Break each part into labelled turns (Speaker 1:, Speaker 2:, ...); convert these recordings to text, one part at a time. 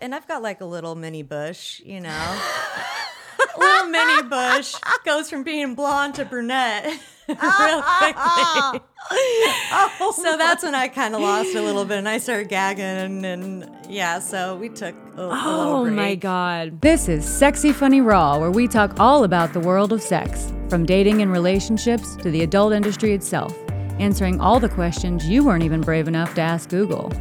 Speaker 1: and I've got like a little mini bush, you know. little mini bush goes from being blonde to brunette real quickly. so that's when I kind of lost a little bit, and I started gagging, and, yeah, so we took a, a little
Speaker 2: Oh
Speaker 1: break.
Speaker 2: my God.
Speaker 3: This is Sexy Funny Raw, where we talk all about the world of sex, from dating and relationships to the adult industry itself, answering all the questions you weren't even brave enough to ask Google.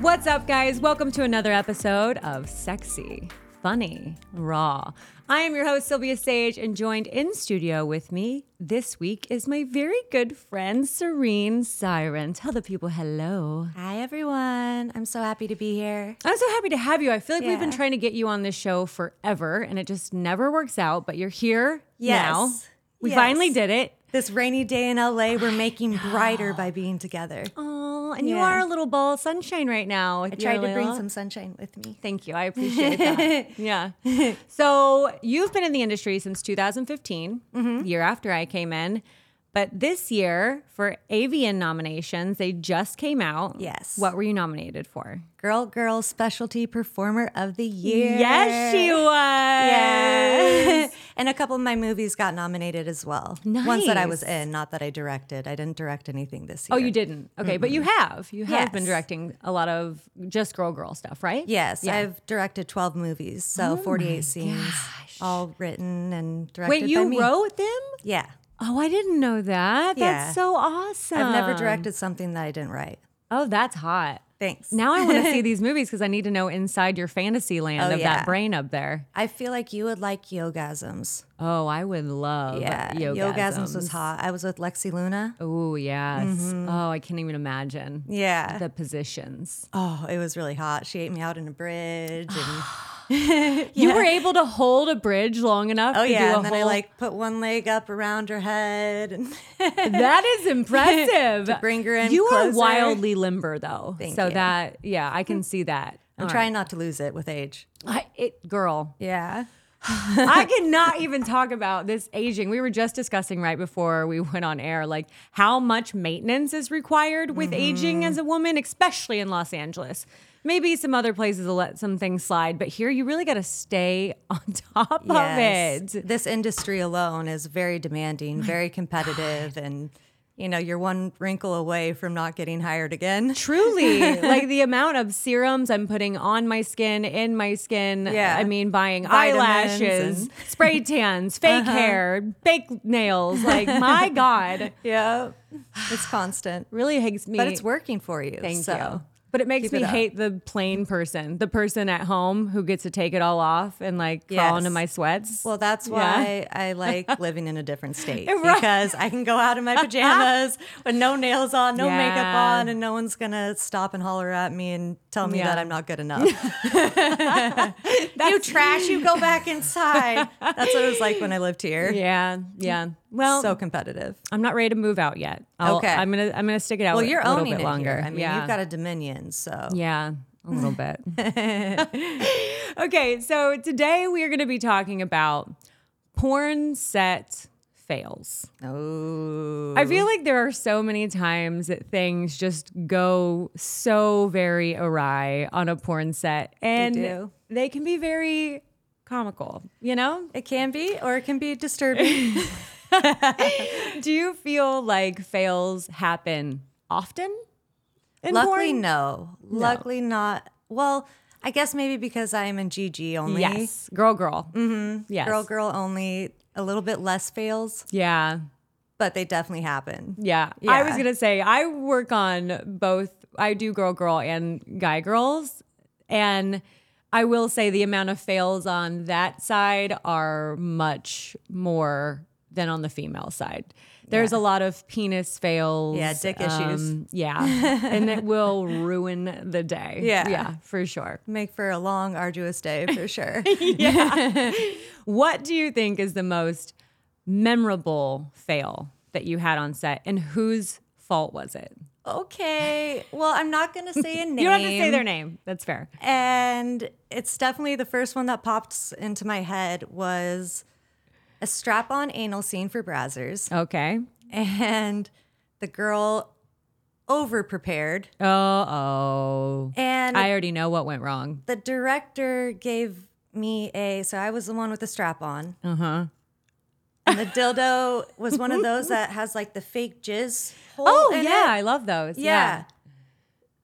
Speaker 2: What's up, guys? Welcome to another episode of Sexy, Funny, Raw. I am your host, Sylvia Sage, and joined in studio with me this week is my very good friend, Serene Siren. Tell the people hello.
Speaker 1: Hi everyone, I'm so happy to be here.
Speaker 2: I'm so happy to have you. I feel like we've been
Speaker 1: Yeah.
Speaker 2: trying to get you on this show forever, and it just never works out, but you're here
Speaker 1: Yes.
Speaker 2: now. We
Speaker 1: Yes.
Speaker 2: finally did it.
Speaker 1: This rainy day in LA, we're making brighter by being together.
Speaker 2: Oh, and you
Speaker 1: Yeah.
Speaker 2: are a little ball of sunshine right now.
Speaker 1: I tried to bring some sunshine with me.
Speaker 2: Thank you. I appreciate that. yeah. So you've been in the industry since 2015, year after I came in. But this year for avian nominations, they just came out.
Speaker 1: Yes.
Speaker 2: What were you nominated for?
Speaker 1: Girl, girl, specialty performer of the year.
Speaker 2: Yes, she was.
Speaker 1: Yes. and a couple of my movies got nominated as well. Ones that I was in, not that I directed. I didn't direct anything this year.
Speaker 2: Oh, you didn't. Okay, but you have. You have been
Speaker 1: Yes.
Speaker 2: directing a lot of just girl girl stuff, right?
Speaker 1: Yes, I've directed 12 movies,
Speaker 2: Oh
Speaker 1: so 48 scenes, all written and directed
Speaker 2: Wait,
Speaker 1: by
Speaker 2: you
Speaker 1: me.
Speaker 2: wrote them?
Speaker 1: Yeah.
Speaker 2: Oh, I didn't know that.
Speaker 1: Yeah.
Speaker 2: That's so awesome.
Speaker 1: I've never directed something that I didn't write.
Speaker 2: Oh, that's hot.
Speaker 1: Thanks.
Speaker 2: Now I want to see these movies because I need to know inside your fantasy land
Speaker 1: Oh,
Speaker 2: of
Speaker 1: yeah.
Speaker 2: that brain up there.
Speaker 1: I feel like you would like Yogasms.
Speaker 2: Oh, I would love
Speaker 1: Yeah.
Speaker 2: yogasms.
Speaker 1: Yogasms was hot. Mm-hmm. I was with Lexi Luna.
Speaker 2: Oh, yes. Oh, I can't even imagine
Speaker 1: Yeah.
Speaker 2: the positions.
Speaker 1: oh, it was really hot. She ate me out in a bridge. And,
Speaker 2: You were able to hold a bridge long enough
Speaker 1: oh,
Speaker 2: to do
Speaker 1: yeah.
Speaker 2: a
Speaker 1: And then I
Speaker 2: whole-
Speaker 1: like put one leg up around her head. And
Speaker 2: That is impressive.
Speaker 1: To bring her in
Speaker 2: You are
Speaker 1: closer.
Speaker 2: wildly limber though.
Speaker 1: Thank
Speaker 2: so
Speaker 1: you.
Speaker 2: that yeah, I can see that.
Speaker 1: I'm trying not to lose it with age.
Speaker 2: I, it, girl,
Speaker 1: Yeah.
Speaker 2: I cannot even talk about this aging. We were just discussing right before we went on air, like how much maintenance is required
Speaker 1: Mm-hmm.
Speaker 2: with aging as a woman, especially in Los Angeles. Maybe some other places will let some things slide, but here you really got to stay on top of it.
Speaker 1: This industry alone is very demanding, very competitive, and you know, you're one wrinkle away from not getting hired again.
Speaker 2: Truly, like the amount of serums I'm putting on my skin, in my skin.
Speaker 1: Yeah.
Speaker 2: I mean, buying
Speaker 1: Vitamins
Speaker 2: eyelashes,
Speaker 1: and- Uh-huh.
Speaker 2: spray tans, fake hair, fake nails. Like, my God,
Speaker 1: Yeah. It's constant.
Speaker 2: really hates me.
Speaker 1: But it's working for you.
Speaker 2: Thank
Speaker 1: so.
Speaker 2: you. But it makes
Speaker 1: keep
Speaker 2: me
Speaker 1: it up.
Speaker 2: hate the plain person, the person at home who gets to take it all off and like crawl
Speaker 1: Yes.
Speaker 2: into my sweats.
Speaker 1: Well, that's why I like living in a different state
Speaker 2: Right.
Speaker 1: because I can go out in my pajamas with no nails on, no makeup
Speaker 2: Yeah.
Speaker 1: on, and no one's gonna stop and holler at me and tell me
Speaker 2: Yeah.
Speaker 1: that I'm not good enough. you trash, you go back inside. That's what it was like when I lived here.
Speaker 2: yeah, yeah. Well,
Speaker 1: Mm-hmm. so competitive.
Speaker 2: I'm not ready to move out yet. I'll,
Speaker 1: Okay.
Speaker 2: I'm gonna I'm gonna stick it out.
Speaker 1: Well, you're
Speaker 2: a little
Speaker 1: owning
Speaker 2: bit
Speaker 1: it
Speaker 2: longer.
Speaker 1: here. I mean,
Speaker 2: yeah.
Speaker 1: you've got a Dominion, so
Speaker 2: Yeah, a little bit. okay, so today we are going to be talking about porn set fails.
Speaker 1: oh,
Speaker 2: I feel like there are so many times that things just go so very awry on a porn set, and
Speaker 1: do.
Speaker 2: they can be very comical. You know,
Speaker 1: it can be, or it can be disturbing.
Speaker 2: do you feel like fails happen often? In
Speaker 1: Luckily,
Speaker 2: porn?
Speaker 1: no. Luckily, not. Well, I guess maybe because I am in GG only.
Speaker 2: Yes, girl, girl. Mm-hmm. Yes,
Speaker 1: Girl, girl only. A little bit less fails,
Speaker 2: Yeah.
Speaker 1: but they definitely happen.
Speaker 2: Yeah. I was
Speaker 1: Yeah.
Speaker 2: going to say, I work on both, I do girl, girl, and guy, girls. And I will say the amount of fails on that side are much more than on the female side. There's a lot of penis fails. um,
Speaker 1: Yeah, dick issues.
Speaker 2: Yeah. and it will ruin the day.
Speaker 1: Yeah.
Speaker 2: Yeah, for sure.
Speaker 1: Make for a long, arduous day for sure.
Speaker 2: What do you think is the most memorable fail that you had on set and whose fault was it?
Speaker 1: okay. Well, I'm not going to say a name.
Speaker 2: You don't have to say their name. That's fair.
Speaker 1: And it's definitely the first one that popped into my head was a strap on anal scene for Brazzers.
Speaker 2: Okay.
Speaker 1: And the girl over prepared.
Speaker 2: Oh, oh.
Speaker 1: And
Speaker 2: I already know what went wrong.
Speaker 1: the director gave me a so I was the one with the strap on.
Speaker 2: Uh huh.
Speaker 1: And the dildo was one of those that has like the fake jizz hole.
Speaker 2: Oh,
Speaker 1: in
Speaker 2: yeah.
Speaker 1: it.
Speaker 2: I love those.
Speaker 1: Yeah.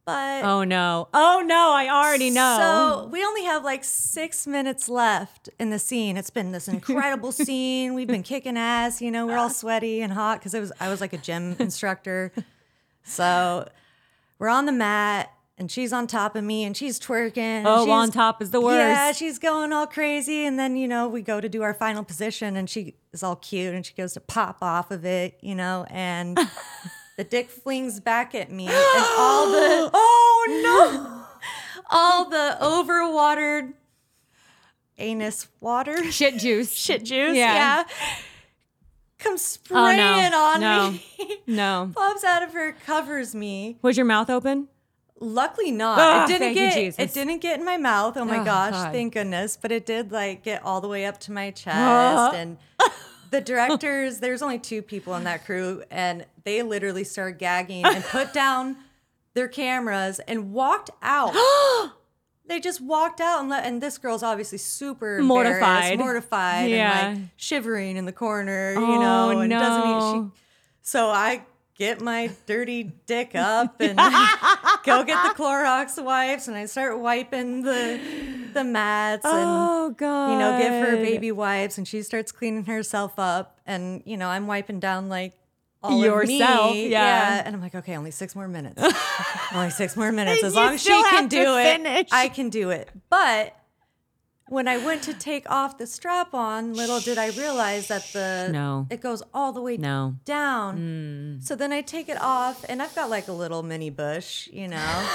Speaker 1: But
Speaker 2: Oh, no. Oh, no. I already know.
Speaker 1: So we only have like six minutes left in the scene. It's been this incredible scene. We've been kicking ass. You know, we're all sweaty and hot because it was I was like a gym instructor. So we're on the mat and she's on top of me and she's twerking. and
Speaker 2: Oh,
Speaker 1: she's-
Speaker 2: on top is the worst.
Speaker 1: Yeah, she's going all crazy. And then, you know, we go to do our final position and she is all cute and she goes to pop off of it, you know, and the dick flings back at me and all the Oh no. all the overwatered anus water
Speaker 2: Shit juice.
Speaker 1: shit juice.
Speaker 2: Yeah.
Speaker 1: Yeah. Oh, Comes spraying on
Speaker 2: no.
Speaker 1: me.
Speaker 2: No.
Speaker 1: Pops out of her, covers me.
Speaker 2: Was your mouth open?
Speaker 1: Luckily not.
Speaker 2: Ah,
Speaker 1: it didn't
Speaker 2: thank you,
Speaker 1: get
Speaker 2: Jesus.
Speaker 1: it didn't get in my mouth. Oh my
Speaker 2: Oh,
Speaker 1: gosh,
Speaker 2: God.
Speaker 1: thank goodness. But it did like get all the way up to my chest
Speaker 2: Ah.
Speaker 1: and the directors, there's only two people in that crew and they literally started gagging and put down their cameras and walked out. they just walked out and let and this girl's obviously super embarrassed,
Speaker 2: Mortified.
Speaker 1: mortified
Speaker 2: Yeah.
Speaker 1: and like shivering in the corner, you
Speaker 2: Oh,
Speaker 1: know, and doesn't
Speaker 2: no.
Speaker 1: she so I get my dirty dick up and go get the Clorox wipes and I start wiping the the mats and
Speaker 2: Oh, God.
Speaker 1: you know, give her baby wipes and she starts cleaning herself up and you know, I'm wiping down like all of me.
Speaker 2: Yourself, yeah.
Speaker 1: And I'm like, okay, only six more minutes. only six more minutes. As
Speaker 2: You
Speaker 1: long as she
Speaker 2: still
Speaker 1: can
Speaker 2: have to
Speaker 1: do it,
Speaker 2: finish.
Speaker 1: I can do it. But when I went to take off the strap on, little did I realize that the
Speaker 2: No.
Speaker 1: it goes all the way
Speaker 2: No. Mm.
Speaker 1: down. So then I take it off, and I've got like a little mini bush, you know.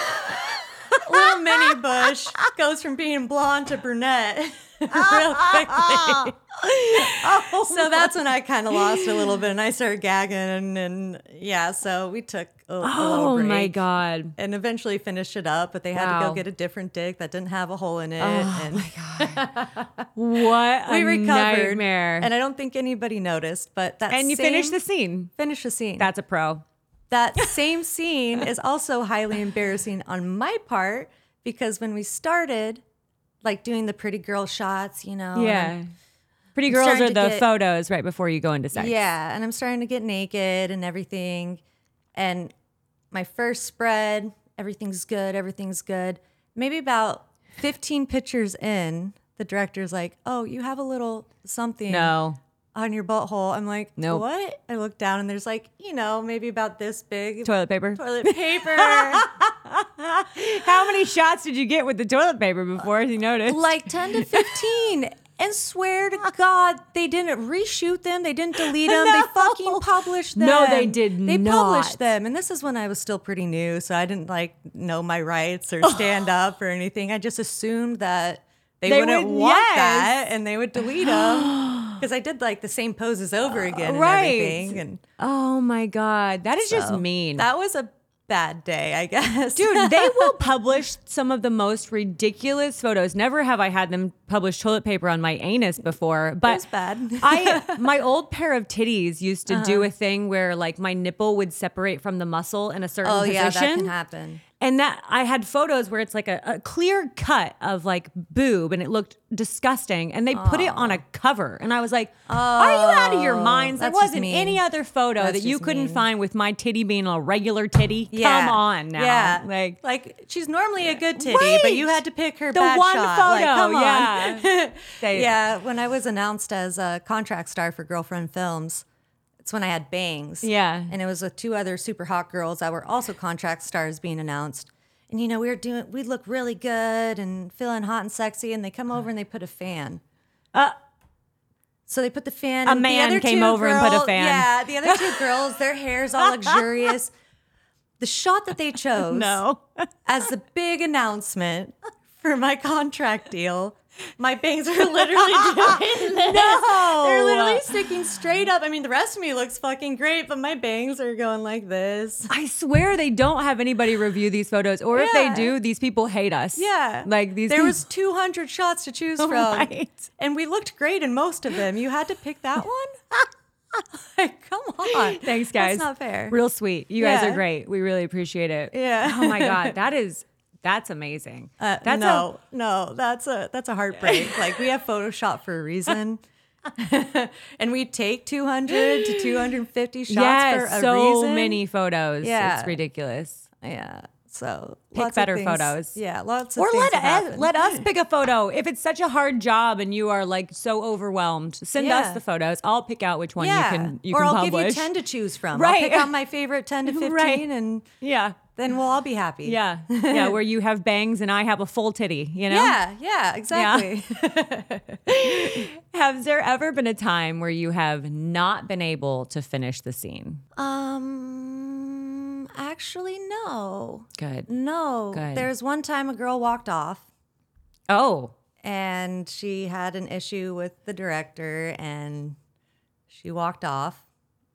Speaker 1: little mini bush goes from being blonde to brunette real quickly.
Speaker 2: Oh
Speaker 1: so that's when I kind of lost a little bit, and I started gagging, and yeah, so we took a, a little
Speaker 2: Oh,
Speaker 1: break.
Speaker 2: my God.
Speaker 1: And eventually finished it up, but they had to
Speaker 2: Wow. Oh
Speaker 1: go get a different dick that didn't have a hole in it. and
Speaker 2: What
Speaker 1: we
Speaker 2: a
Speaker 1: recovered.
Speaker 2: nightmare.
Speaker 1: And I don't think anybody noticed, but that
Speaker 2: And you
Speaker 1: same-
Speaker 2: finished the scene.
Speaker 1: finish the scene.
Speaker 2: That's a pro.
Speaker 1: That same scene is also highly embarrassing on my part because when we started, like doing the pretty girl shots, you know, and
Speaker 2: Yeah.
Speaker 1: I'm-
Speaker 2: Pretty girls
Speaker 1: starting
Speaker 2: are
Speaker 1: to
Speaker 2: the
Speaker 1: get-
Speaker 2: photos right before you go into sex.
Speaker 1: yeah, and I'm starting to get naked and everything, and my first spread, everything's good, everything's good. Maybe about 15 pictures in, the director's like, "Oh, you have a little something."
Speaker 2: No.
Speaker 1: On your butthole. I'm like,
Speaker 2: Nope.
Speaker 1: what? I look down and there's like, you know, maybe about this big
Speaker 2: Toilet paper.
Speaker 1: toilet paper.
Speaker 2: How many shots did you get with the toilet paper before you noticed?
Speaker 1: like 10 to 15 and swear to god they didn't reshoot them they didn't delete them they fucking published them
Speaker 2: No, they did
Speaker 1: they
Speaker 2: not.
Speaker 1: published them and this is when i was still pretty new so i didn't like know my rights or stand up or anything i just assumed that they,
Speaker 2: They
Speaker 1: wouldn't
Speaker 2: would-
Speaker 1: want
Speaker 2: yes.
Speaker 1: that and they would delete them because i did like the same poses over again
Speaker 2: Uh, right.
Speaker 1: and everything and
Speaker 2: oh my god, that is just
Speaker 1: so
Speaker 2: mean.
Speaker 1: that was a bad day i guess
Speaker 2: Dude, they will publish some of the most ridiculous photos. Never have I had them publish toilet paper on my anus before, but
Speaker 1: was bad.
Speaker 2: I my old pair of titties used to do a thing where like my nipple would separate from the muscle in a certain
Speaker 1: oh
Speaker 2: position.
Speaker 1: yeah that can happen
Speaker 2: And that I had photos where it's like a, a clear cut of like boob and it looked disgusting. And they put it on a cover. And I was like, Are you out of your minds? There
Speaker 1: Oh, that's just
Speaker 2: wasn't
Speaker 1: mean.
Speaker 2: any other photo
Speaker 1: That's
Speaker 2: that you
Speaker 1: just
Speaker 2: couldn't
Speaker 1: mean.
Speaker 2: find with my titty being a regular titty. Come on now. Like,
Speaker 1: like she's normally a good titty,
Speaker 2: Right.
Speaker 1: but you had to pick her
Speaker 2: the
Speaker 1: bad
Speaker 2: one
Speaker 1: shot.
Speaker 2: photo.
Speaker 1: Like, come on.
Speaker 2: yeah. They-
Speaker 1: yeah. When I was announced as a contract star for Girlfriend Films, it's when I had bangs.
Speaker 2: Yeah.
Speaker 1: and it was with two other super hot girls that were also contract stars being announced. And you know we were doing, we look really good and feeling hot and sexy, and they come over and they put a fan.
Speaker 2: Uh,
Speaker 1: So they put the fan.
Speaker 2: A
Speaker 1: and the
Speaker 2: man
Speaker 1: other
Speaker 2: came
Speaker 1: two
Speaker 2: over and put a
Speaker 1: girl-
Speaker 2: fan.
Speaker 1: Yeah, the other two girls, their hair's all luxurious. The shot that they chose
Speaker 2: No.
Speaker 1: as the big announcement for my contract deal. My bangs are literally doing this. They're literally sticking straight up. I mean, the rest of me looks fucking great, but my bangs are going like this.
Speaker 2: I swear they don't have anybody review these photos. Or if they
Speaker 1: Yeah.
Speaker 2: do, these people hate us.
Speaker 1: Yeah.
Speaker 2: Like these
Speaker 1: There was 200 shots to choose from.
Speaker 2: Right.
Speaker 1: And we looked great in most of them. You had to pick that one? Like, come on.
Speaker 2: Thanks, guys.
Speaker 1: That's not fair.
Speaker 2: Real sweet. You guys
Speaker 1: Yeah.
Speaker 2: are great. We really appreciate it.
Speaker 1: Yeah.
Speaker 2: Oh my God. That is that's amazing.
Speaker 1: Uh,
Speaker 2: that's
Speaker 1: no, no, that's a that's a heartbreak. like we have Photoshop for a reason. and we take 200 to 250 shots
Speaker 2: yeah,
Speaker 1: for a
Speaker 2: so
Speaker 1: reason.
Speaker 2: many photos.
Speaker 1: Yeah.
Speaker 2: It's ridiculous.
Speaker 1: Yeah. So
Speaker 2: Pick
Speaker 1: lots of
Speaker 2: better
Speaker 1: things-
Speaker 2: photos.
Speaker 1: Yeah, lots of
Speaker 2: Or
Speaker 1: things
Speaker 2: let e-
Speaker 1: have
Speaker 2: us,
Speaker 1: happened.
Speaker 2: let us pick a photo. If it's such a hard job and you are like so overwhelmed, send
Speaker 1: Yeah.
Speaker 2: us the photos. I'll pick out which one
Speaker 1: yeah.
Speaker 2: you can you
Speaker 1: or
Speaker 2: can
Speaker 1: I'll
Speaker 2: publish.
Speaker 1: give you 10 to choose from. I'll
Speaker 2: Right.
Speaker 1: pick out my favorite 10 to 15
Speaker 2: Right.
Speaker 1: and
Speaker 2: yeah.
Speaker 1: then we'll all be happy.
Speaker 2: Yeah. Yeah. Where you have bangs and I have a full titty, you know?
Speaker 1: Yeah, yeah, exactly.
Speaker 2: Has there ever been a time where you have not been able to finish the scene?
Speaker 1: um actually no.
Speaker 2: Good.
Speaker 1: No.
Speaker 2: Good.
Speaker 1: There's one time a girl walked off
Speaker 2: Oh,
Speaker 1: and she had an issue with the director and she walked off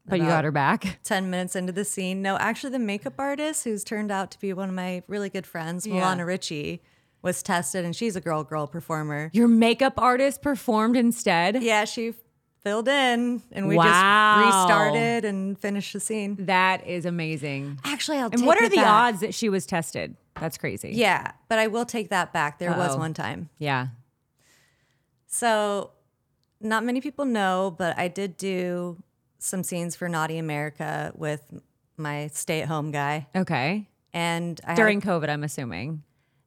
Speaker 2: but you got her back.
Speaker 1: 10 minutes into the scene. No, actually, the makeup artist, who's turned out to be one of my really good friends, Milana Ritchie, was tested and she's a girl girl performer.
Speaker 2: Your makeup artist performed instead.
Speaker 1: Yeah, she filled in and we
Speaker 2: Wow.
Speaker 1: just restarted and finished the scene.
Speaker 2: That is amazing.
Speaker 1: Actually, I'll
Speaker 2: And
Speaker 1: take
Speaker 2: what
Speaker 1: it
Speaker 2: are the
Speaker 1: back.
Speaker 2: odds that she was tested? That's crazy.
Speaker 1: Yeah, but I will take that back. There was
Speaker 2: Uh-oh.
Speaker 1: one time.
Speaker 2: Yeah.
Speaker 1: So, not many people know, but I did do some scenes for Naughty America with my stay at home guy.
Speaker 2: Okay.
Speaker 1: And I had a
Speaker 2: During COVID, I'm assuming.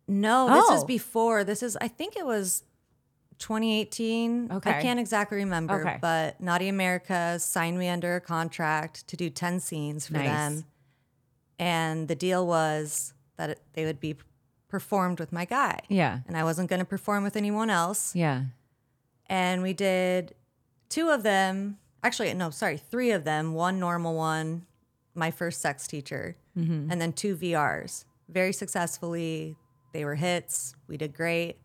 Speaker 1: No, this is
Speaker 2: Oh.
Speaker 1: before. This is I think it was 2018. I
Speaker 2: Okay.
Speaker 1: can't exactly remember,
Speaker 2: Okay.
Speaker 1: but Naughty America signed me under a contract to do 10 scenes for
Speaker 2: Nice.
Speaker 1: them. And the deal was that it, they would be performed with my guy.
Speaker 2: Yeah.
Speaker 1: And I wasn't going to perform with anyone else.
Speaker 2: Yeah.
Speaker 1: And we did two of them. Actually, no, sorry, three of them. One normal one, my first sex teacher,
Speaker 2: Mm-hmm.
Speaker 1: and then two VRs. Very successfully, they were hits. We did great.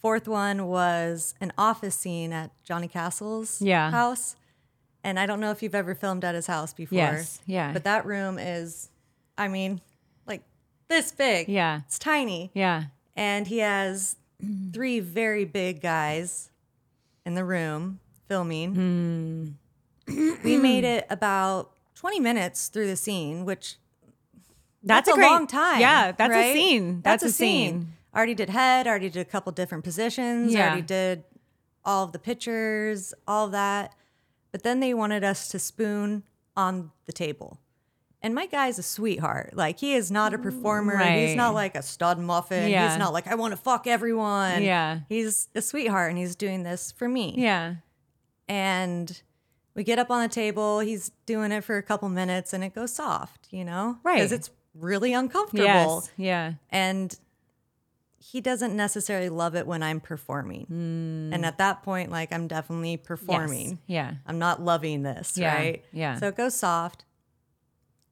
Speaker 1: Fourth one was an office scene at Johnny Castle's
Speaker 2: Yeah.
Speaker 1: house. And I don't know if you've ever filmed at his house before.
Speaker 2: Yes, yeah.
Speaker 1: But that room is, I mean, like this big.
Speaker 2: Yeah.
Speaker 1: It's tiny
Speaker 2: Yeah.
Speaker 1: and he has three very big guys in the room filming. we made it about 20 minutes through the scene, which that's,
Speaker 2: a
Speaker 1: a,
Speaker 2: great-
Speaker 1: long time.
Speaker 2: Yeah. That's a
Speaker 1: right?
Speaker 2: scene. That's, a scene.
Speaker 1: Already did head, already did a couple different positions,
Speaker 2: Yeah.
Speaker 1: already did all of the pictures, all of that. But then they wanted us to spoon on the table. And my guy's a sweetheart. Like he is not a performer. He's
Speaker 2: Right.
Speaker 1: not like a stud muffin.
Speaker 2: Yeah.
Speaker 1: He's not like I want to fuck everyone.
Speaker 2: Yeah.
Speaker 1: He's a sweetheart and he's doing this for me.
Speaker 2: Yeah.
Speaker 1: And we get up on the table. He's doing it for a couple minutes and it goes soft, you know?
Speaker 2: Right.
Speaker 1: Because it's really uncomfortable
Speaker 2: Yes. Yeah.
Speaker 1: and he doesn't necessarily love it when I'm performing. And at that point, like I'm definitely performing.
Speaker 2: Mm. Yes. Yeah.
Speaker 1: I'm not loving this,
Speaker 2: Yeah,
Speaker 1: right?
Speaker 2: yeah.
Speaker 1: So it goes soft.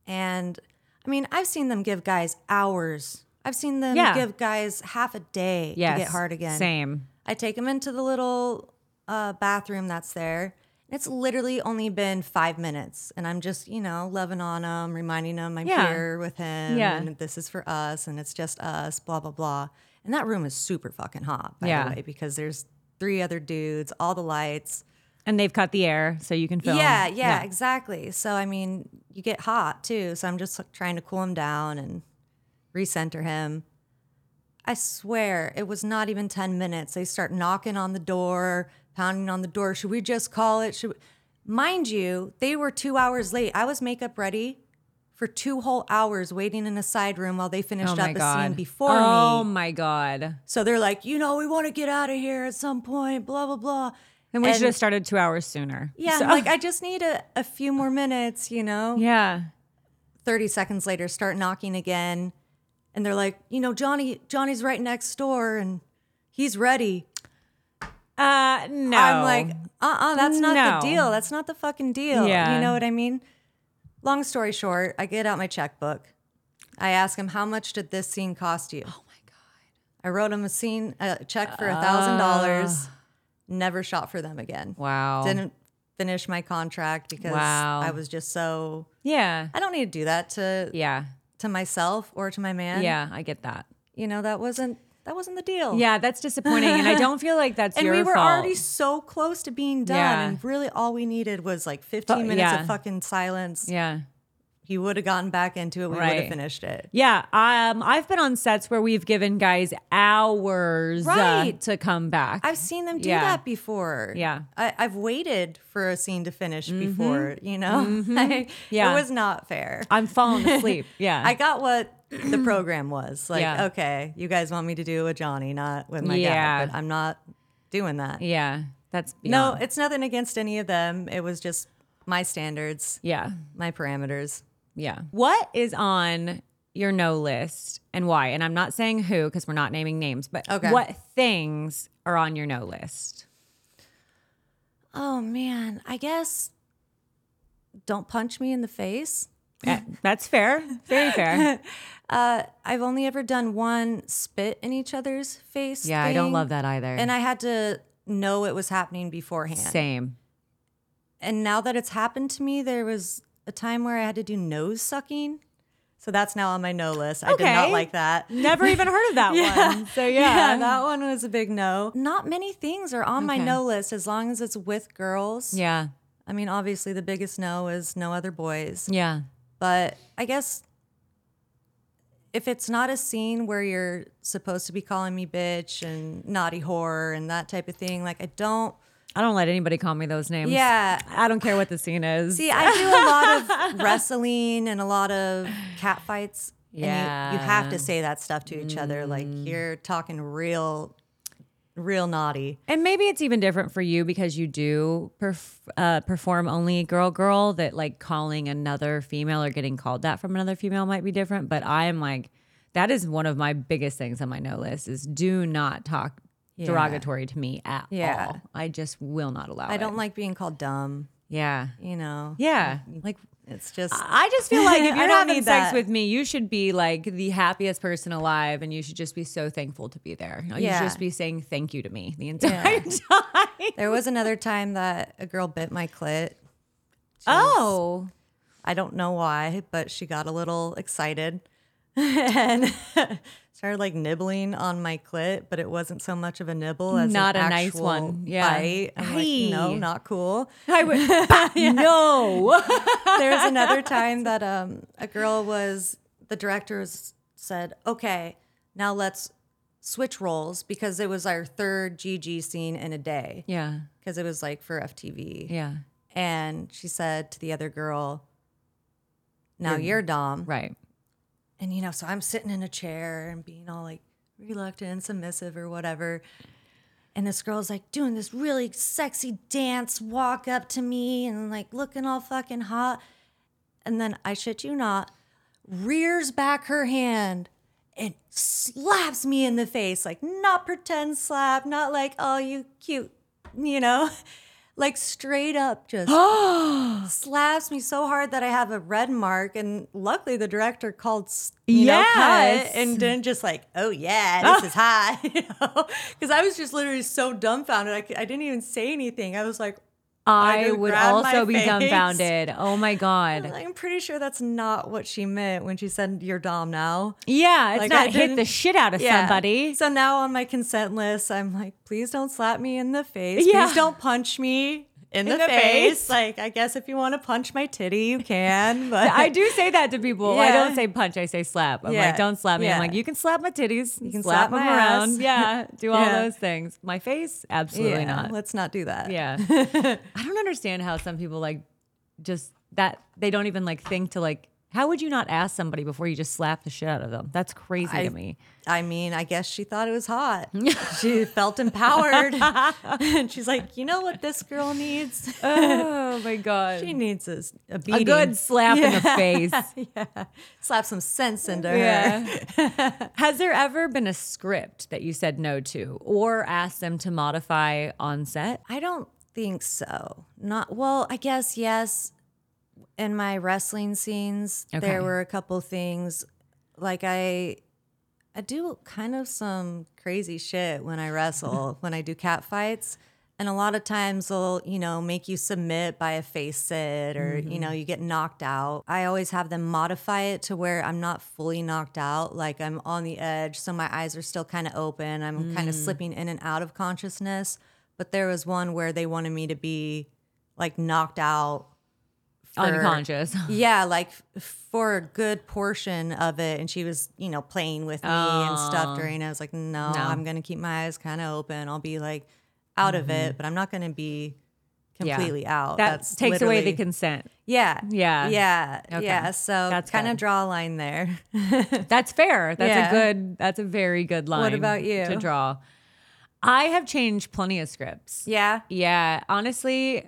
Speaker 1: And I mean, I've seen them give guys hours. I've seen them
Speaker 2: Yeah.
Speaker 1: give guys half a day
Speaker 2: Yes.
Speaker 1: to get hard again.
Speaker 2: Same.
Speaker 1: I take them into the little uh, bathroom that's there. It's literally only been five minutes, and I'm just, you know, loving on him, reminding him I'm
Speaker 2: Yeah.
Speaker 1: here with him,
Speaker 2: Yeah.
Speaker 1: and this is for us, and it's just us, blah blah blah. And that room is super fucking hot, by
Speaker 2: Yeah.
Speaker 1: the way, because there's three other dudes, all the lights.
Speaker 2: And they've cut the air so you can film.
Speaker 1: Yeah, yeah, exactly. So I mean, you get hot too. So I'm just like, trying to cool him down and recenter him. I swear it was not even 10 minutes. They start knocking on the door, pounding on the door. Should we just call it? Should we? Mind you, they were two hours late. I was makeup ready for two whole hours waiting in a side room while they finished
Speaker 2: Oh
Speaker 1: up
Speaker 2: my
Speaker 1: a
Speaker 2: God.
Speaker 1: scene before
Speaker 2: oh
Speaker 1: me.
Speaker 2: my God.
Speaker 1: So they're like, you know, we want to get out of here at some point, blah, blah, blah.
Speaker 2: Then we should have started two hours sooner.
Speaker 1: Yeah,
Speaker 2: So-
Speaker 1: I'm like I just need a, a few more minutes, you know?
Speaker 2: yeah.
Speaker 1: 30 seconds later, start knocking again. And they're like, you know, Johnny, Johnny's right next door and he's ready.
Speaker 2: Uh, no.
Speaker 1: I'm like, uh uh that's not the
Speaker 2: No.
Speaker 1: deal. That's not the fucking deal.
Speaker 2: Yeah.
Speaker 1: You know what I mean? Long story short, I get out my checkbook. I ask him, how much did this scene cost you? Oh my God. I wrote him a scene, a check for a
Speaker 2: Ah.
Speaker 1: $1,000. Never shot for them again.
Speaker 2: wow.
Speaker 1: Didn't finish my contract because
Speaker 2: Um, Wow.
Speaker 1: I was just so
Speaker 2: yeah.
Speaker 1: I don't need to do that to
Speaker 2: Yeah.
Speaker 1: to myself or to my man.
Speaker 2: Yeah. I get that.
Speaker 1: You know, that wasn't That wasn't the deal.
Speaker 2: Yeah, that's disappointing, and I don't feel like that's
Speaker 1: And
Speaker 2: your
Speaker 1: we were
Speaker 2: fault.
Speaker 1: already so close to being done,
Speaker 2: Yeah.
Speaker 1: and really all we needed was like 15
Speaker 2: Fu-
Speaker 1: minutes
Speaker 2: yeah.
Speaker 1: of fucking silence.
Speaker 2: yeah.
Speaker 1: He would have gotten back into it. We would
Speaker 2: Right.
Speaker 1: have finished it.
Speaker 2: Yeah, um, I've been on sets where we've given guys hours uh,
Speaker 1: Right.
Speaker 2: to come back.
Speaker 1: I've seen them do
Speaker 2: Yeah.
Speaker 1: that before.
Speaker 2: Yeah. Mm-hmm.
Speaker 1: I, I've waited for a scene to finish before, you know? Like,
Speaker 2: Yeah.
Speaker 1: It was not fair.
Speaker 2: I'm falling asleep. Yeah,
Speaker 1: I got what the program was. Like,
Speaker 2: Yeah.
Speaker 1: okay, you guys want me to do a Johnny, not with my
Speaker 2: Yeah.
Speaker 1: dad, but I'm not doing that.
Speaker 2: yeah, that's
Speaker 1: No,
Speaker 2: beyond.
Speaker 1: it's nothing against any of them. It was just my standards,
Speaker 2: yeah,
Speaker 1: my parameters.
Speaker 2: yeah. What is on your no list and why? And I'm not saying who because we're not naming names, but
Speaker 1: Okay.
Speaker 2: what things are on your no list?
Speaker 1: Oh, man. I guess don't punch me in the face.
Speaker 2: Eh, that's fair, very fair.
Speaker 1: Uh, I've only ever done one spit in each other's face.
Speaker 2: Yeah, I don't
Speaker 1: thing,
Speaker 2: love that either.
Speaker 1: And I had to know it was happening beforehand.
Speaker 2: Same.
Speaker 1: And now that it's happened to me, there was a time where I had to do nose sucking. So that's now on my no list. I did
Speaker 2: Okay.
Speaker 1: not like that.
Speaker 2: Never even heard of that one. So
Speaker 1: Yeah,
Speaker 2: yeah,
Speaker 1: that one was a big no. Not many things are on my
Speaker 2: Okay.
Speaker 1: no list as long as it's with girls.
Speaker 2: yeah,
Speaker 1: I mean, obviously, the biggest no is no other boys.
Speaker 2: yeah.
Speaker 1: But I guess if it's not a scene where you're supposed to be calling me bitch and naughty whore and that type of thing, like I don't.
Speaker 2: I don't let anybody call me those names.
Speaker 1: Yeah.
Speaker 2: I don't care what the scene is.
Speaker 1: See, I do a lot of wrestling and a lot of cat fights. And you, you have
Speaker 2: Yeah. Mm.
Speaker 1: to say that stuff to each other. Like you're talking real, real naughty.
Speaker 2: And maybe it's even different for you because you do perf- uh, perform only girl girl that like calling another female or getting called that from another female might be different. But I am like, that is one of my biggest things on my no list is do not talk derogatory to me at
Speaker 1: Yeah.
Speaker 2: all. I just will not allow
Speaker 1: I don't
Speaker 2: it.
Speaker 1: like being called dumb,
Speaker 2: Yeah.
Speaker 1: you know?
Speaker 2: Yeah. Ah. Like,
Speaker 1: It's just,
Speaker 2: I just feel like if
Speaker 1: I
Speaker 2: you're
Speaker 1: don't
Speaker 2: having
Speaker 1: need
Speaker 2: sex
Speaker 1: that.
Speaker 2: with me, you should be like the happiest person alive and you should just be so thankful to be there. You
Speaker 1: Yeah.
Speaker 2: should just be saying thank you to me the entire time.
Speaker 1: there was another time that a girl bit my clit.
Speaker 2: Oh.
Speaker 1: I don't know why, but she got a little excited and started like nibbling on my clit, but it wasn't so much of a nibble as
Speaker 2: Not
Speaker 1: an
Speaker 2: a nice
Speaker 1: actual
Speaker 2: one. Yeah.
Speaker 1: bite. I'm like, no,
Speaker 2: Aye.
Speaker 1: not cool.
Speaker 2: I would no.
Speaker 1: there was another time that um, a girl was the director was, said, "Okay, now let's switch roles because it was our third GG scene in a day
Speaker 2: yeah.
Speaker 1: because it was like for FTV."
Speaker 2: Yeah.
Speaker 1: And she said to the other girl, "Now you're Dom."
Speaker 2: Right.
Speaker 1: And you know, so I'm sitting in a chair and being all like reluctant and submissive or whatever. And this girl's like doing this really sexy dance, walk up to me and like looking all fucking hot. And then I shit you not, rears back her hand and slaps me in the face, like not pretend slap, not like, oh, you cute, you know, like straight up just slaps me so hard that I have a red mark. And luckily, the director called, s- you
Speaker 2: Yes.
Speaker 1: know, cut and then just like, oh yeah, this is hot, you know, because I was just literally so dumbfounded. I, c- I didn't even say anything. I was like,
Speaker 2: I,
Speaker 1: would
Speaker 2: would
Speaker 1: grab my
Speaker 2: also be
Speaker 1: face.
Speaker 2: dumbfounded. Oh my god.
Speaker 1: I'm pretty sure that's not what she meant when she said "your dom now."
Speaker 2: Yeah, it's
Speaker 1: Like, I
Speaker 2: not hit
Speaker 1: didn't-
Speaker 2: the shit out of somebody.
Speaker 1: So now on my consent list, I'm like, please don't slap me in the face.
Speaker 2: Yeah.
Speaker 1: Please don't punch me in, the,
Speaker 2: the
Speaker 1: face.
Speaker 2: face.
Speaker 1: Like, I guess if you want to punch my titty, you can. But
Speaker 2: I do say that to people. I
Speaker 1: Yeah.
Speaker 2: don't say punch. I say slap. I'm
Speaker 1: Yeah.
Speaker 2: like, don't slap me. I'm
Speaker 1: Yeah.
Speaker 2: like, you can slap my titties. You
Speaker 1: can slap
Speaker 2: them
Speaker 1: my
Speaker 2: around.
Speaker 1: ass.
Speaker 2: Yeah. Do all
Speaker 1: Yeah.
Speaker 2: those things. My face, absolutely
Speaker 1: yeah,
Speaker 2: not.
Speaker 1: Let's not do that.
Speaker 2: Yeah. I don't understand how some people like just that they don't even like think to like how would you not ask somebody before you just slap the shit out of them? That's crazy
Speaker 1: I-
Speaker 2: to me.
Speaker 1: I mean, I guess she thought it was hot. she felt empowered. and she's like, you know what this girl needs?
Speaker 2: Oh my god.
Speaker 1: She needs a, s- a beating.
Speaker 2: a good slap in the face.
Speaker 1: slap some sense into her.
Speaker 2: Yeah. Has there ever been a script that you said no to or asked them to modify on set?
Speaker 1: I don't think so. Not well, I guess yes. In my wrestling scenes,
Speaker 2: Okay.
Speaker 1: there were a couple things like I I do kind of some crazy shit when I wrestle, when I do cat fights. And a lot of times they'll, you know, make you submit by a face sit or, you know, you get knocked out. I always have them modify it to where I'm not fully knocked out. Like I'm on the edge. So my eyes are still kind of open. I'm kind of slipping in and out of consciousness. But there was one where they wanted me to be like knocked out for-
Speaker 2: unconscious.
Speaker 1: yeah, like f- for a good portion of it. And she was, you know, playing with me and
Speaker 2: Oh.
Speaker 1: stuff during. it. I was like, no, I'm going to keep my eyes kind of open. I'll be like out of it, but I'm not going to be
Speaker 2: Mm-hmm. Yeah.
Speaker 1: completely out.
Speaker 2: That takes away the
Speaker 1: literally-
Speaker 2: consent.
Speaker 1: Yeah.
Speaker 2: Yeah.
Speaker 1: Yeah.
Speaker 2: Okay.
Speaker 1: Yeah. So
Speaker 2: That's
Speaker 1: kind
Speaker 2: good.
Speaker 1: of draw a line there.
Speaker 2: That's fair. That's a
Speaker 1: Yeah.
Speaker 2: good. That's a very good line.
Speaker 1: about you?
Speaker 2: To draw, I have changed plenty of scripts.
Speaker 1: yeah.
Speaker 2: Yeah, honestly,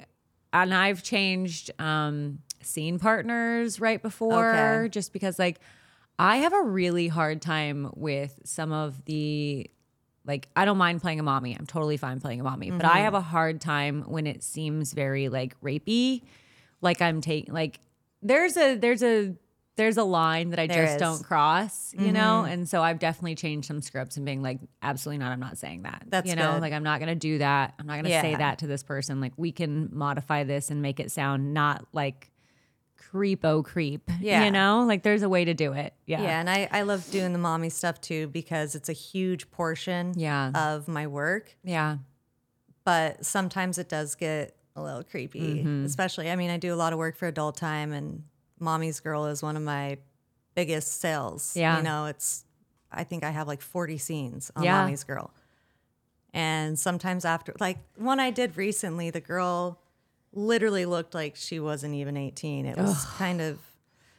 Speaker 2: and I've changed um scene partners right before
Speaker 1: Okay.
Speaker 2: just because like I have a really hard time with some of the like I don't mind playing a mommy. I'm totally fine playing a mommy, but
Speaker 1: Mm-hmm.
Speaker 2: I have a hard time when it seems very like rapey, like I'm taking like there's a there's a there's a line that I
Speaker 1: There
Speaker 2: just
Speaker 1: is. Mm-hmm.
Speaker 2: don't cross, you know? And so I've definitely changed some scripts and being like absolutely not, I'm not saying that.
Speaker 1: That's
Speaker 2: you know,
Speaker 1: good.
Speaker 2: like I'm not going to do that. I'm not going to say
Speaker 1: Yeah.
Speaker 2: that to this person. Like we can modify this and make it sound not like creepo creep.
Speaker 1: Yeah.
Speaker 2: You know, like there's a way to do it. Yeah.
Speaker 1: Yeah, and I, I love doing the mommy stuff too because it's a huge portion
Speaker 2: Yeah.
Speaker 1: of my work.
Speaker 2: Yeah.
Speaker 1: but sometimes it does get a little creepy,
Speaker 2: Mm-hmm.
Speaker 1: especially. I mean, I do a lot of work for Adult Time, and Mommy's Girl is one of my biggest sales.
Speaker 2: Yeah.
Speaker 1: You know, it's, I think I have like 40 scenes on
Speaker 2: Yeah.
Speaker 1: Mommy's Girl. And sometimes after, like one I did recently, the girl literally looked like she wasn't even 18. It was kind of,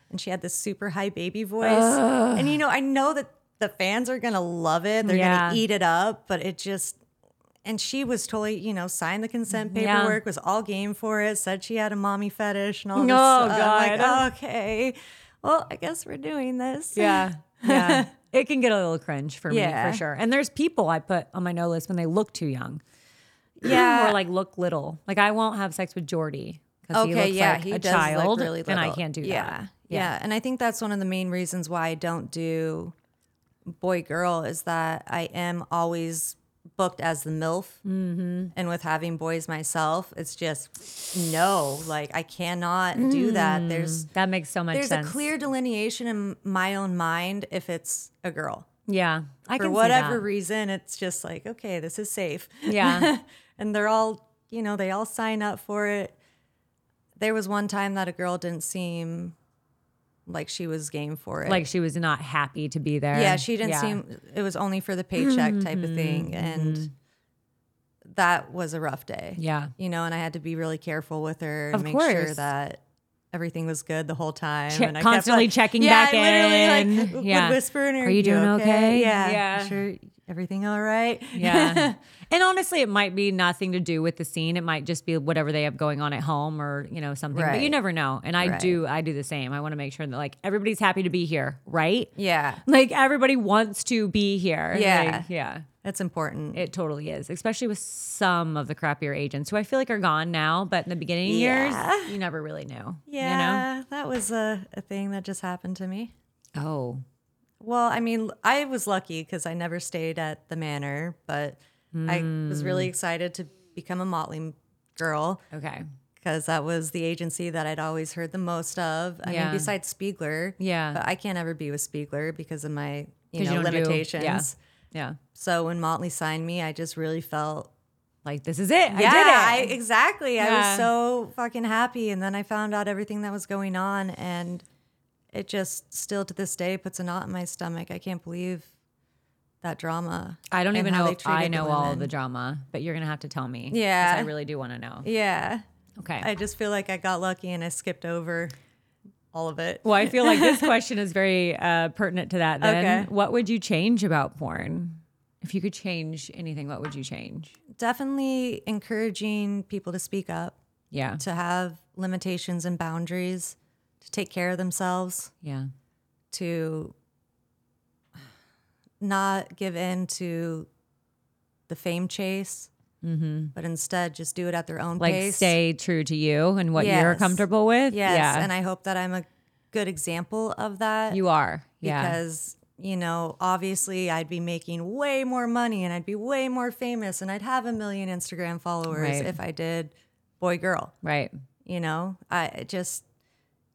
Speaker 1: and she had this super high baby voice. And, you know, I know that the fans are going to love it. They're
Speaker 2: Yeah.
Speaker 1: going to eat it up, but it just, and she was totally, you know, signed the consent
Speaker 2: Yeah.
Speaker 1: paperwork, was all game for it, said she had a mommy fetish and all this.
Speaker 2: Oh,
Speaker 1: I'm
Speaker 2: God.
Speaker 1: like, okay. Well, I guess we're doing this.
Speaker 2: Yeah. Yeah. it can get a little cringe for me
Speaker 1: Yeah.
Speaker 2: for sure. And there's people I put on my no list when they look too young.
Speaker 1: Yeah.
Speaker 2: or like look little. Like I won't have sex with Jordy because he looks like a
Speaker 1: look
Speaker 2: child and I
Speaker 1: little.
Speaker 2: can't do
Speaker 1: yeah.
Speaker 2: that.
Speaker 1: Yeah. And I think that's one of the main reasons why I don't do boy girl is that I am always booked as the MILF.
Speaker 2: Mm-hmm.
Speaker 1: And with having boys myself, it's just no, like I cannot do that. There's
Speaker 2: That makes so much
Speaker 1: there's
Speaker 2: sense.
Speaker 1: a clear delineation in my own mind if it's a girl.
Speaker 2: yeah. I
Speaker 1: For
Speaker 2: can
Speaker 1: whatever
Speaker 2: see
Speaker 1: reason, it's just like, okay, this is safe.
Speaker 2: that. Yeah.
Speaker 1: and they're all, you know, they all sign up for it. There was one time that a girl didn't seem like she was game for it.
Speaker 2: like she was not happy to be there.
Speaker 1: yeah, she didn't
Speaker 2: Yeah. Mm-hmm.
Speaker 1: seem, it was only for the paycheck type of thing. And that was a rough day.
Speaker 2: Yeah.
Speaker 1: You know, and I had to be really careful with her and
Speaker 2: Of
Speaker 1: make
Speaker 2: course.
Speaker 1: sure that everything was good the whole time.
Speaker 2: Che-
Speaker 1: and I
Speaker 2: constantly
Speaker 1: kept, like,
Speaker 2: checking
Speaker 1: yeah,
Speaker 2: back
Speaker 1: I literally,
Speaker 2: in.
Speaker 1: Like, w-
Speaker 2: Yeah.
Speaker 1: Would whisper in her,
Speaker 2: Are you doing okay?
Speaker 1: Yeah.
Speaker 2: Yeah.
Speaker 1: Sure. Everything all right?
Speaker 2: Yeah. and honestly, it might be nothing to do with the scene. It might just be whatever they have going on at home or, you know, something. But you
Speaker 1: Right.
Speaker 2: never know. And I
Speaker 1: Right.
Speaker 2: do I do the same. I want to make sure that like everybody's happy to be here, right?
Speaker 1: yeah.
Speaker 2: Like everybody wants to be here.
Speaker 1: Yeah.
Speaker 2: Like, yeah.
Speaker 1: That's important.
Speaker 2: It totally is, especially with some of the crappier agents who I feel like are gone now, but in the beginning
Speaker 1: Yeah.
Speaker 2: years, you never really knew.
Speaker 1: yeah. That was a, a thing that just happened to me.
Speaker 2: You know? Oh.
Speaker 1: Well, I mean, I was lucky because I never stayed at the manor, but I was
Speaker 2: Hmm.
Speaker 1: really excited to become a Motley girl.
Speaker 2: Okay.
Speaker 1: because that was the agency that I'd always heard the most of. I
Speaker 2: Yeah.
Speaker 1: mean, besides Spiegler,
Speaker 2: Yeah.
Speaker 1: but I can't ever be with Spiegler because of my you
Speaker 2: 'Cause
Speaker 1: know
Speaker 2: don't do-
Speaker 1: limitations.
Speaker 2: yeah. yeah.
Speaker 1: So when Motley signed me, I just really felt
Speaker 2: Like this is it.
Speaker 1: yeah,
Speaker 2: I did
Speaker 1: I-
Speaker 2: it.
Speaker 1: exactly. I
Speaker 2: Yeah.
Speaker 1: was so fucking happy, and then I found out everything that was going on, and it just still to this day puts a knot in my stomach. I can't believe that drama.
Speaker 2: I, don't
Speaker 1: and
Speaker 2: even
Speaker 1: how
Speaker 2: know
Speaker 1: they
Speaker 2: if I
Speaker 1: treated the
Speaker 2: know all
Speaker 1: women.
Speaker 2: the drama, but you're gonna have to tell me. 'cause
Speaker 1: Yeah.
Speaker 2: I really do want to know.
Speaker 1: Yeah,
Speaker 2: Okay.
Speaker 1: I just feel like I got lucky and I skipped over all of it.
Speaker 2: well, I feel like this question is very uh, pertinent to that. Then,
Speaker 1: Okay.
Speaker 2: what would you change about porn? If you could change anything, what would you change?
Speaker 1: definitely encouraging people to speak up,
Speaker 2: Yeah.
Speaker 1: to have limitations and boundaries, to take care of themselves,
Speaker 2: Yeah.
Speaker 1: to not give in to the fame chase, but instead just do it at their own
Speaker 2: Mm-hmm. Like
Speaker 1: pace.
Speaker 2: stay true to you and what you're
Speaker 1: Yes.
Speaker 2: comfortable with.
Speaker 1: yes,
Speaker 2: Yeah.
Speaker 1: and I hope that I'm a good example of that
Speaker 2: you are. Yeah.
Speaker 1: because you know, obviously I'd be making way more money and I'd be way more famous and I'd have a million Instagram followers
Speaker 2: Right.
Speaker 1: if I did boy girl.
Speaker 2: Right.
Speaker 1: You know, I it just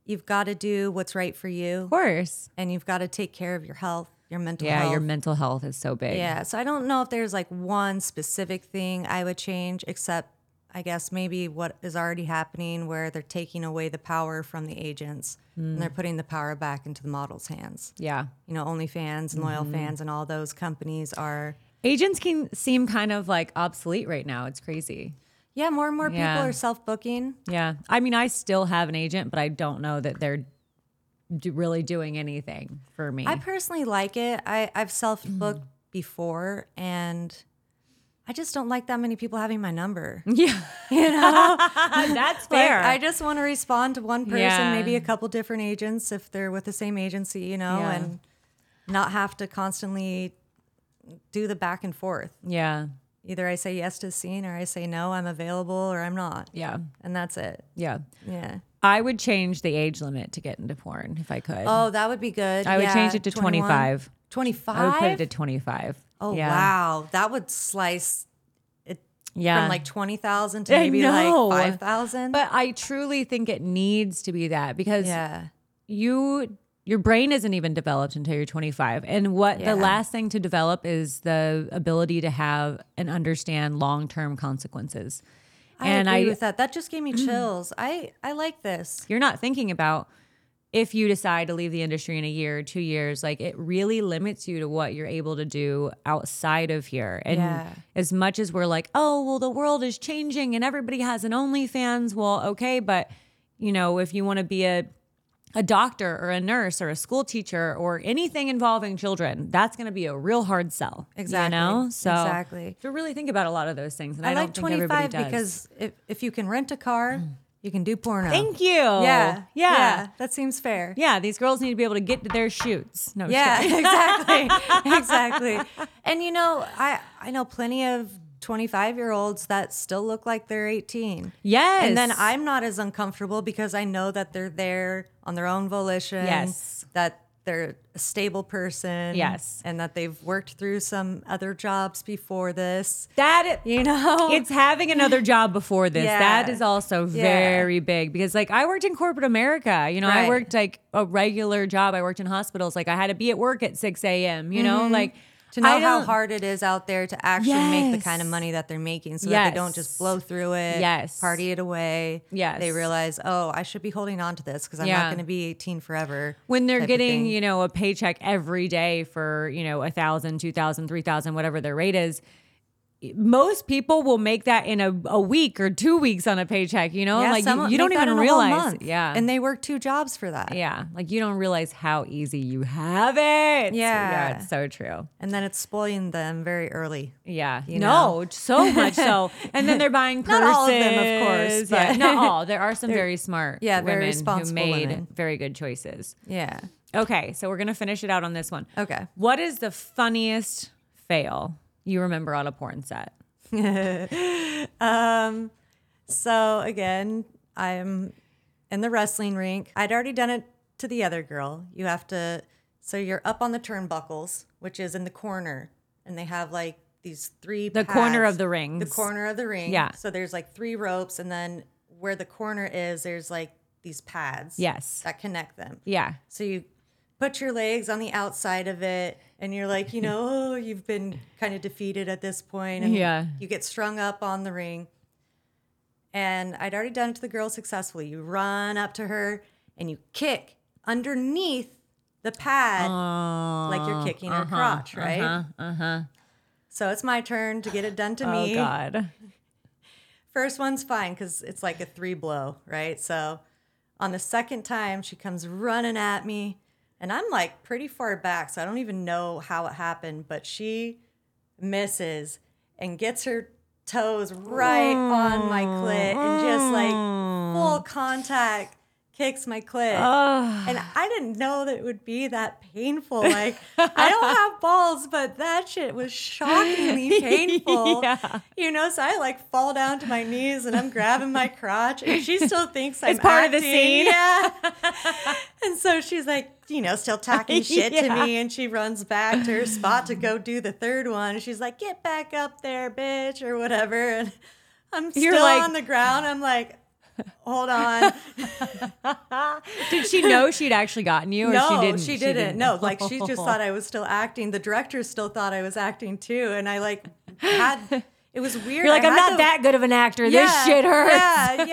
Speaker 1: you've got to do what's right for you
Speaker 2: Of course.
Speaker 1: and you've got to take care of your health, your mental
Speaker 2: Yeah,
Speaker 1: health.
Speaker 2: your mental health is so big.
Speaker 1: yeah, so I don't know if there's like one specific thing I would change except I guess maybe what is already happening where they're taking away the power from the agents and they're
Speaker 2: Mm.
Speaker 1: putting the power back into the models' hands
Speaker 2: Yeah.
Speaker 1: you know, OnlyFans and
Speaker 2: Mm-hmm.
Speaker 1: Loyal Fans and all those companies are.
Speaker 2: Agents can seem kind of like obsolete right now. It's crazy.
Speaker 1: Yeah, more and more
Speaker 2: Yeah.
Speaker 1: people are self booking.
Speaker 2: Yeah. I mean, I still have an agent, but I don't know that they're do- really doing anything for me.
Speaker 1: I personally like it. I, I've self booked
Speaker 2: Mm.
Speaker 1: before and I just don't like that many people having my number.
Speaker 2: yeah.
Speaker 1: You know,
Speaker 2: That's
Speaker 1: Like,
Speaker 2: fair.
Speaker 1: I just want to respond to one person,
Speaker 2: Yeah.
Speaker 1: maybe a couple different agents if they're with the same agency, you know,
Speaker 2: Yeah.
Speaker 1: and not have to constantly do the back and forth.
Speaker 2: yeah.
Speaker 1: Either I say yes to the scene or I say no, I'm available or I'm not.
Speaker 2: Yeah.
Speaker 1: And that's it.
Speaker 2: Yeah.
Speaker 1: Yeah.
Speaker 2: I would change the age limit to get into porn if I could.
Speaker 1: Oh, that would be good.
Speaker 2: I would
Speaker 1: Yeah,
Speaker 2: change it to
Speaker 1: 21.
Speaker 2: 25.
Speaker 1: 25?
Speaker 2: I would put it to 25.
Speaker 1: oh,
Speaker 2: yeah.
Speaker 1: wow. That would slice it
Speaker 2: Yeah.
Speaker 1: from like 20,000 to
Speaker 2: I
Speaker 1: maybe
Speaker 2: know.
Speaker 1: like 5,000.
Speaker 2: But I truly think it needs to be that because
Speaker 1: yeah.
Speaker 2: you your brain isn't even developed until you're 25 and what
Speaker 1: Yeah.
Speaker 2: the last thing to develop is the ability to have and understand long-term consequences
Speaker 1: I
Speaker 2: and
Speaker 1: agree
Speaker 2: I- Mm.
Speaker 1: with that. That just gave me chills. I, I like this.
Speaker 2: you're not thinking about if you decide to leave the industry in a year or two years like it really limits you to what you're able to do outside of here and
Speaker 1: Yeah.
Speaker 2: as much as we're like oh well the world is changing and everybody has an onlyfans well okay but you know if you want to be a a doctor or a nurse or a school teacher or anything involving children that's going to be a real hard sell
Speaker 1: Exactly.
Speaker 2: you know so
Speaker 1: Exactly.
Speaker 2: to really think about a lot of those things and i,
Speaker 1: I,
Speaker 2: don't
Speaker 1: like
Speaker 2: think everybody
Speaker 1: 25
Speaker 2: does
Speaker 1: because if, if you can rent a car, you can do porno.
Speaker 2: thank you
Speaker 1: yeah,
Speaker 2: yeah,
Speaker 1: yeah. That seems fair.
Speaker 2: Yeah, these girls need to be able to get to their shoots. No, I'm just
Speaker 1: Yeah,
Speaker 2: kidding.
Speaker 1: exactly. exactly. And you know, I I know plenty of 25 year olds that still look like they're 18.
Speaker 2: Yes.
Speaker 1: And then I'm not as uncomfortable because I know that they're there on their own volition.
Speaker 2: Yes.
Speaker 1: That they're a stable person.
Speaker 2: Yes.
Speaker 1: And that they've worked through some other jobs before this.
Speaker 2: that
Speaker 1: You know?
Speaker 2: it's having another job before this.
Speaker 1: Yeah.
Speaker 2: That is also
Speaker 1: Yeah.
Speaker 2: very big because like I worked in corporate America. You know, I
Speaker 1: Right.
Speaker 2: worked like a regular job. I worked in hospitals. Like I had to be at work at six a.m. You
Speaker 1: Mm-hmm.
Speaker 2: know, like
Speaker 1: to know
Speaker 2: I
Speaker 1: how
Speaker 2: don't-
Speaker 1: hard it is out there to actually make
Speaker 2: Yes.
Speaker 1: the kind of money that they're making so that they don't
Speaker 2: Yes.
Speaker 1: just blow through it,
Speaker 2: Yes.
Speaker 1: party it away.
Speaker 2: Yes.
Speaker 1: They realize, oh, I should be holding on to this because I'm
Speaker 2: Yeah.
Speaker 1: not going to be 18 forever.
Speaker 2: when they're
Speaker 1: type of
Speaker 2: getting
Speaker 1: thing.
Speaker 2: you know a paycheck every day for you know a thousand two thousand three thousand whatever their rate is most people will make that in a, a week or two weeks on a paycheck you know
Speaker 1: Yeah,
Speaker 2: like
Speaker 1: some
Speaker 2: you,
Speaker 1: will
Speaker 2: you don't
Speaker 1: make that
Speaker 2: even
Speaker 1: in a whole
Speaker 2: realize
Speaker 1: month,
Speaker 2: yeah
Speaker 1: And they work two jobs for that.
Speaker 2: yeah like you don't realize how easy you have it
Speaker 1: Yeah.
Speaker 2: it's so true
Speaker 1: And then it's spoiling them very early.
Speaker 2: yeah
Speaker 1: You
Speaker 2: no so much so and then they're buying purses
Speaker 1: Not all of them, of course,
Speaker 2: yeah,
Speaker 1: but-
Speaker 2: not all there are some very smart
Speaker 1: yeah, very
Speaker 2: women who
Speaker 1: responsible
Speaker 2: made
Speaker 1: women.
Speaker 2: very good choices
Speaker 1: Yeah.
Speaker 2: Okay, so we're gonna finish it out on this one.
Speaker 1: Okay.
Speaker 2: What is the funniest fail you remember on a porn set?
Speaker 1: So again, I'm in the wrestling rink. I'd already done it to the other girl. You have to, so you're up on the turnbuckles, which is in the corner, and they have like these three.
Speaker 2: The corner
Speaker 1: pads.
Speaker 2: of the rings.
Speaker 1: The corner of the ring.
Speaker 2: Yeah.
Speaker 1: So there's like three ropes, and then where the corner is, there's like these pads.
Speaker 2: Yes.
Speaker 1: That connect them.
Speaker 2: Yeah.
Speaker 1: So you put your legs on the outside of it and you're like, you know, oh, you've been kind of defeated at this point. And
Speaker 2: Yeah.
Speaker 1: you get strung up on the ring. And I'd already done it to the girl successfully. You run up to her and you kick underneath the pad like you're kicking her crotch, right? Uh-huh, So it's my turn to get it done to
Speaker 2: Oh
Speaker 1: me.
Speaker 2: God.
Speaker 1: First one's fine because it's like a three blow, right? So on the second time, she comes running at me, and I'm like pretty far back, so I don't even know how it happened, but she misses and gets her toes right on my clit and just like full contact kicks my clit. And I didn't know that it would be that painful. Like, I don't have balls, but that shit was shockingly painful.
Speaker 2: Yeah.
Speaker 1: You know, so I like fall down to my knees and I'm grabbing my crotch, and she still thinks I'm
Speaker 2: part of the
Speaker 1: acting.
Speaker 2: scene.
Speaker 1: Yeah. and so she's like, you know, still talking shit
Speaker 2: Yeah.
Speaker 1: to me, and she runs back to her spot to go do the third one. She's like, get back up there, bitch, or whatever. And I'm
Speaker 2: You're
Speaker 1: still
Speaker 2: like-
Speaker 1: on the ground. I'm like, hold on.
Speaker 2: Did she know she'd actually gotten you, or
Speaker 1: no,
Speaker 2: she didn't?
Speaker 1: She didn't. No, like she just thought I was still acting. The director still thought I was acting too, and I like had it was weird.
Speaker 2: You're like,
Speaker 1: I
Speaker 2: I'm
Speaker 1: had
Speaker 2: not
Speaker 1: the-
Speaker 2: that good of an actor.
Speaker 1: Yeah,
Speaker 2: this shit hurts.
Speaker 1: Yeah,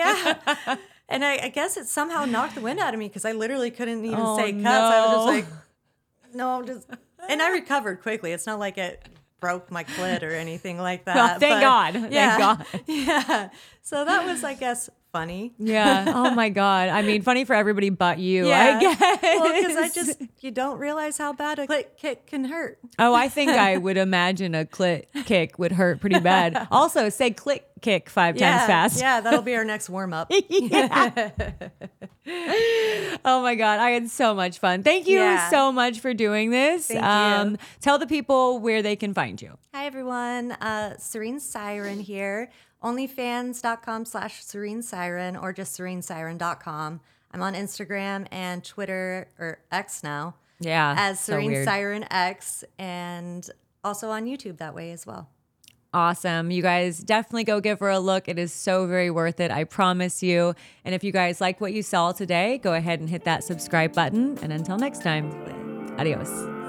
Speaker 1: yeah. And I, I guess it somehow knocked the wind out of me because I literally couldn't even
Speaker 2: Oh,
Speaker 1: say cuts. I was just
Speaker 2: no.
Speaker 1: like, no, I'm just. And I recovered quickly. It's not like it broke my clit or anything like that.
Speaker 2: Well, Oh, thank
Speaker 1: but-
Speaker 2: God. Thank
Speaker 1: Yeah,
Speaker 2: God.
Speaker 1: Yeah. So that was, I guess, funny.
Speaker 2: Yeah. Oh my God. I mean, funny for everybody but you, I guess.
Speaker 1: Well, because I just you don't realize how bad a clit kick can hurt.
Speaker 2: Oh, I think I would imagine a clit kick would hurt pretty bad. Also, say clit kick five times fast.
Speaker 1: Yeah, that'll be our next warm up.
Speaker 2: Oh my God. I had so much fun. Thank you
Speaker 1: Yeah.
Speaker 2: so much for doing this. Um,
Speaker 1: Thank you.
Speaker 2: Tell the people where they can find you.
Speaker 1: Hi everyone, uh, Serene Siren here. Onlyfans.com slash Serene Siren or just SereneSiren.com. I'm on Instagram and Twitter or X now
Speaker 2: Yeah.
Speaker 1: as
Speaker 2: so
Speaker 1: Serene
Speaker 2: weird.
Speaker 1: Siren X and also on YouTube that way as well.
Speaker 2: awesome. You guys definitely go give her a look. It is so very worth it. I promise you. And if you guys like what you saw today, go ahead and hit that subscribe button. And until next time, adios.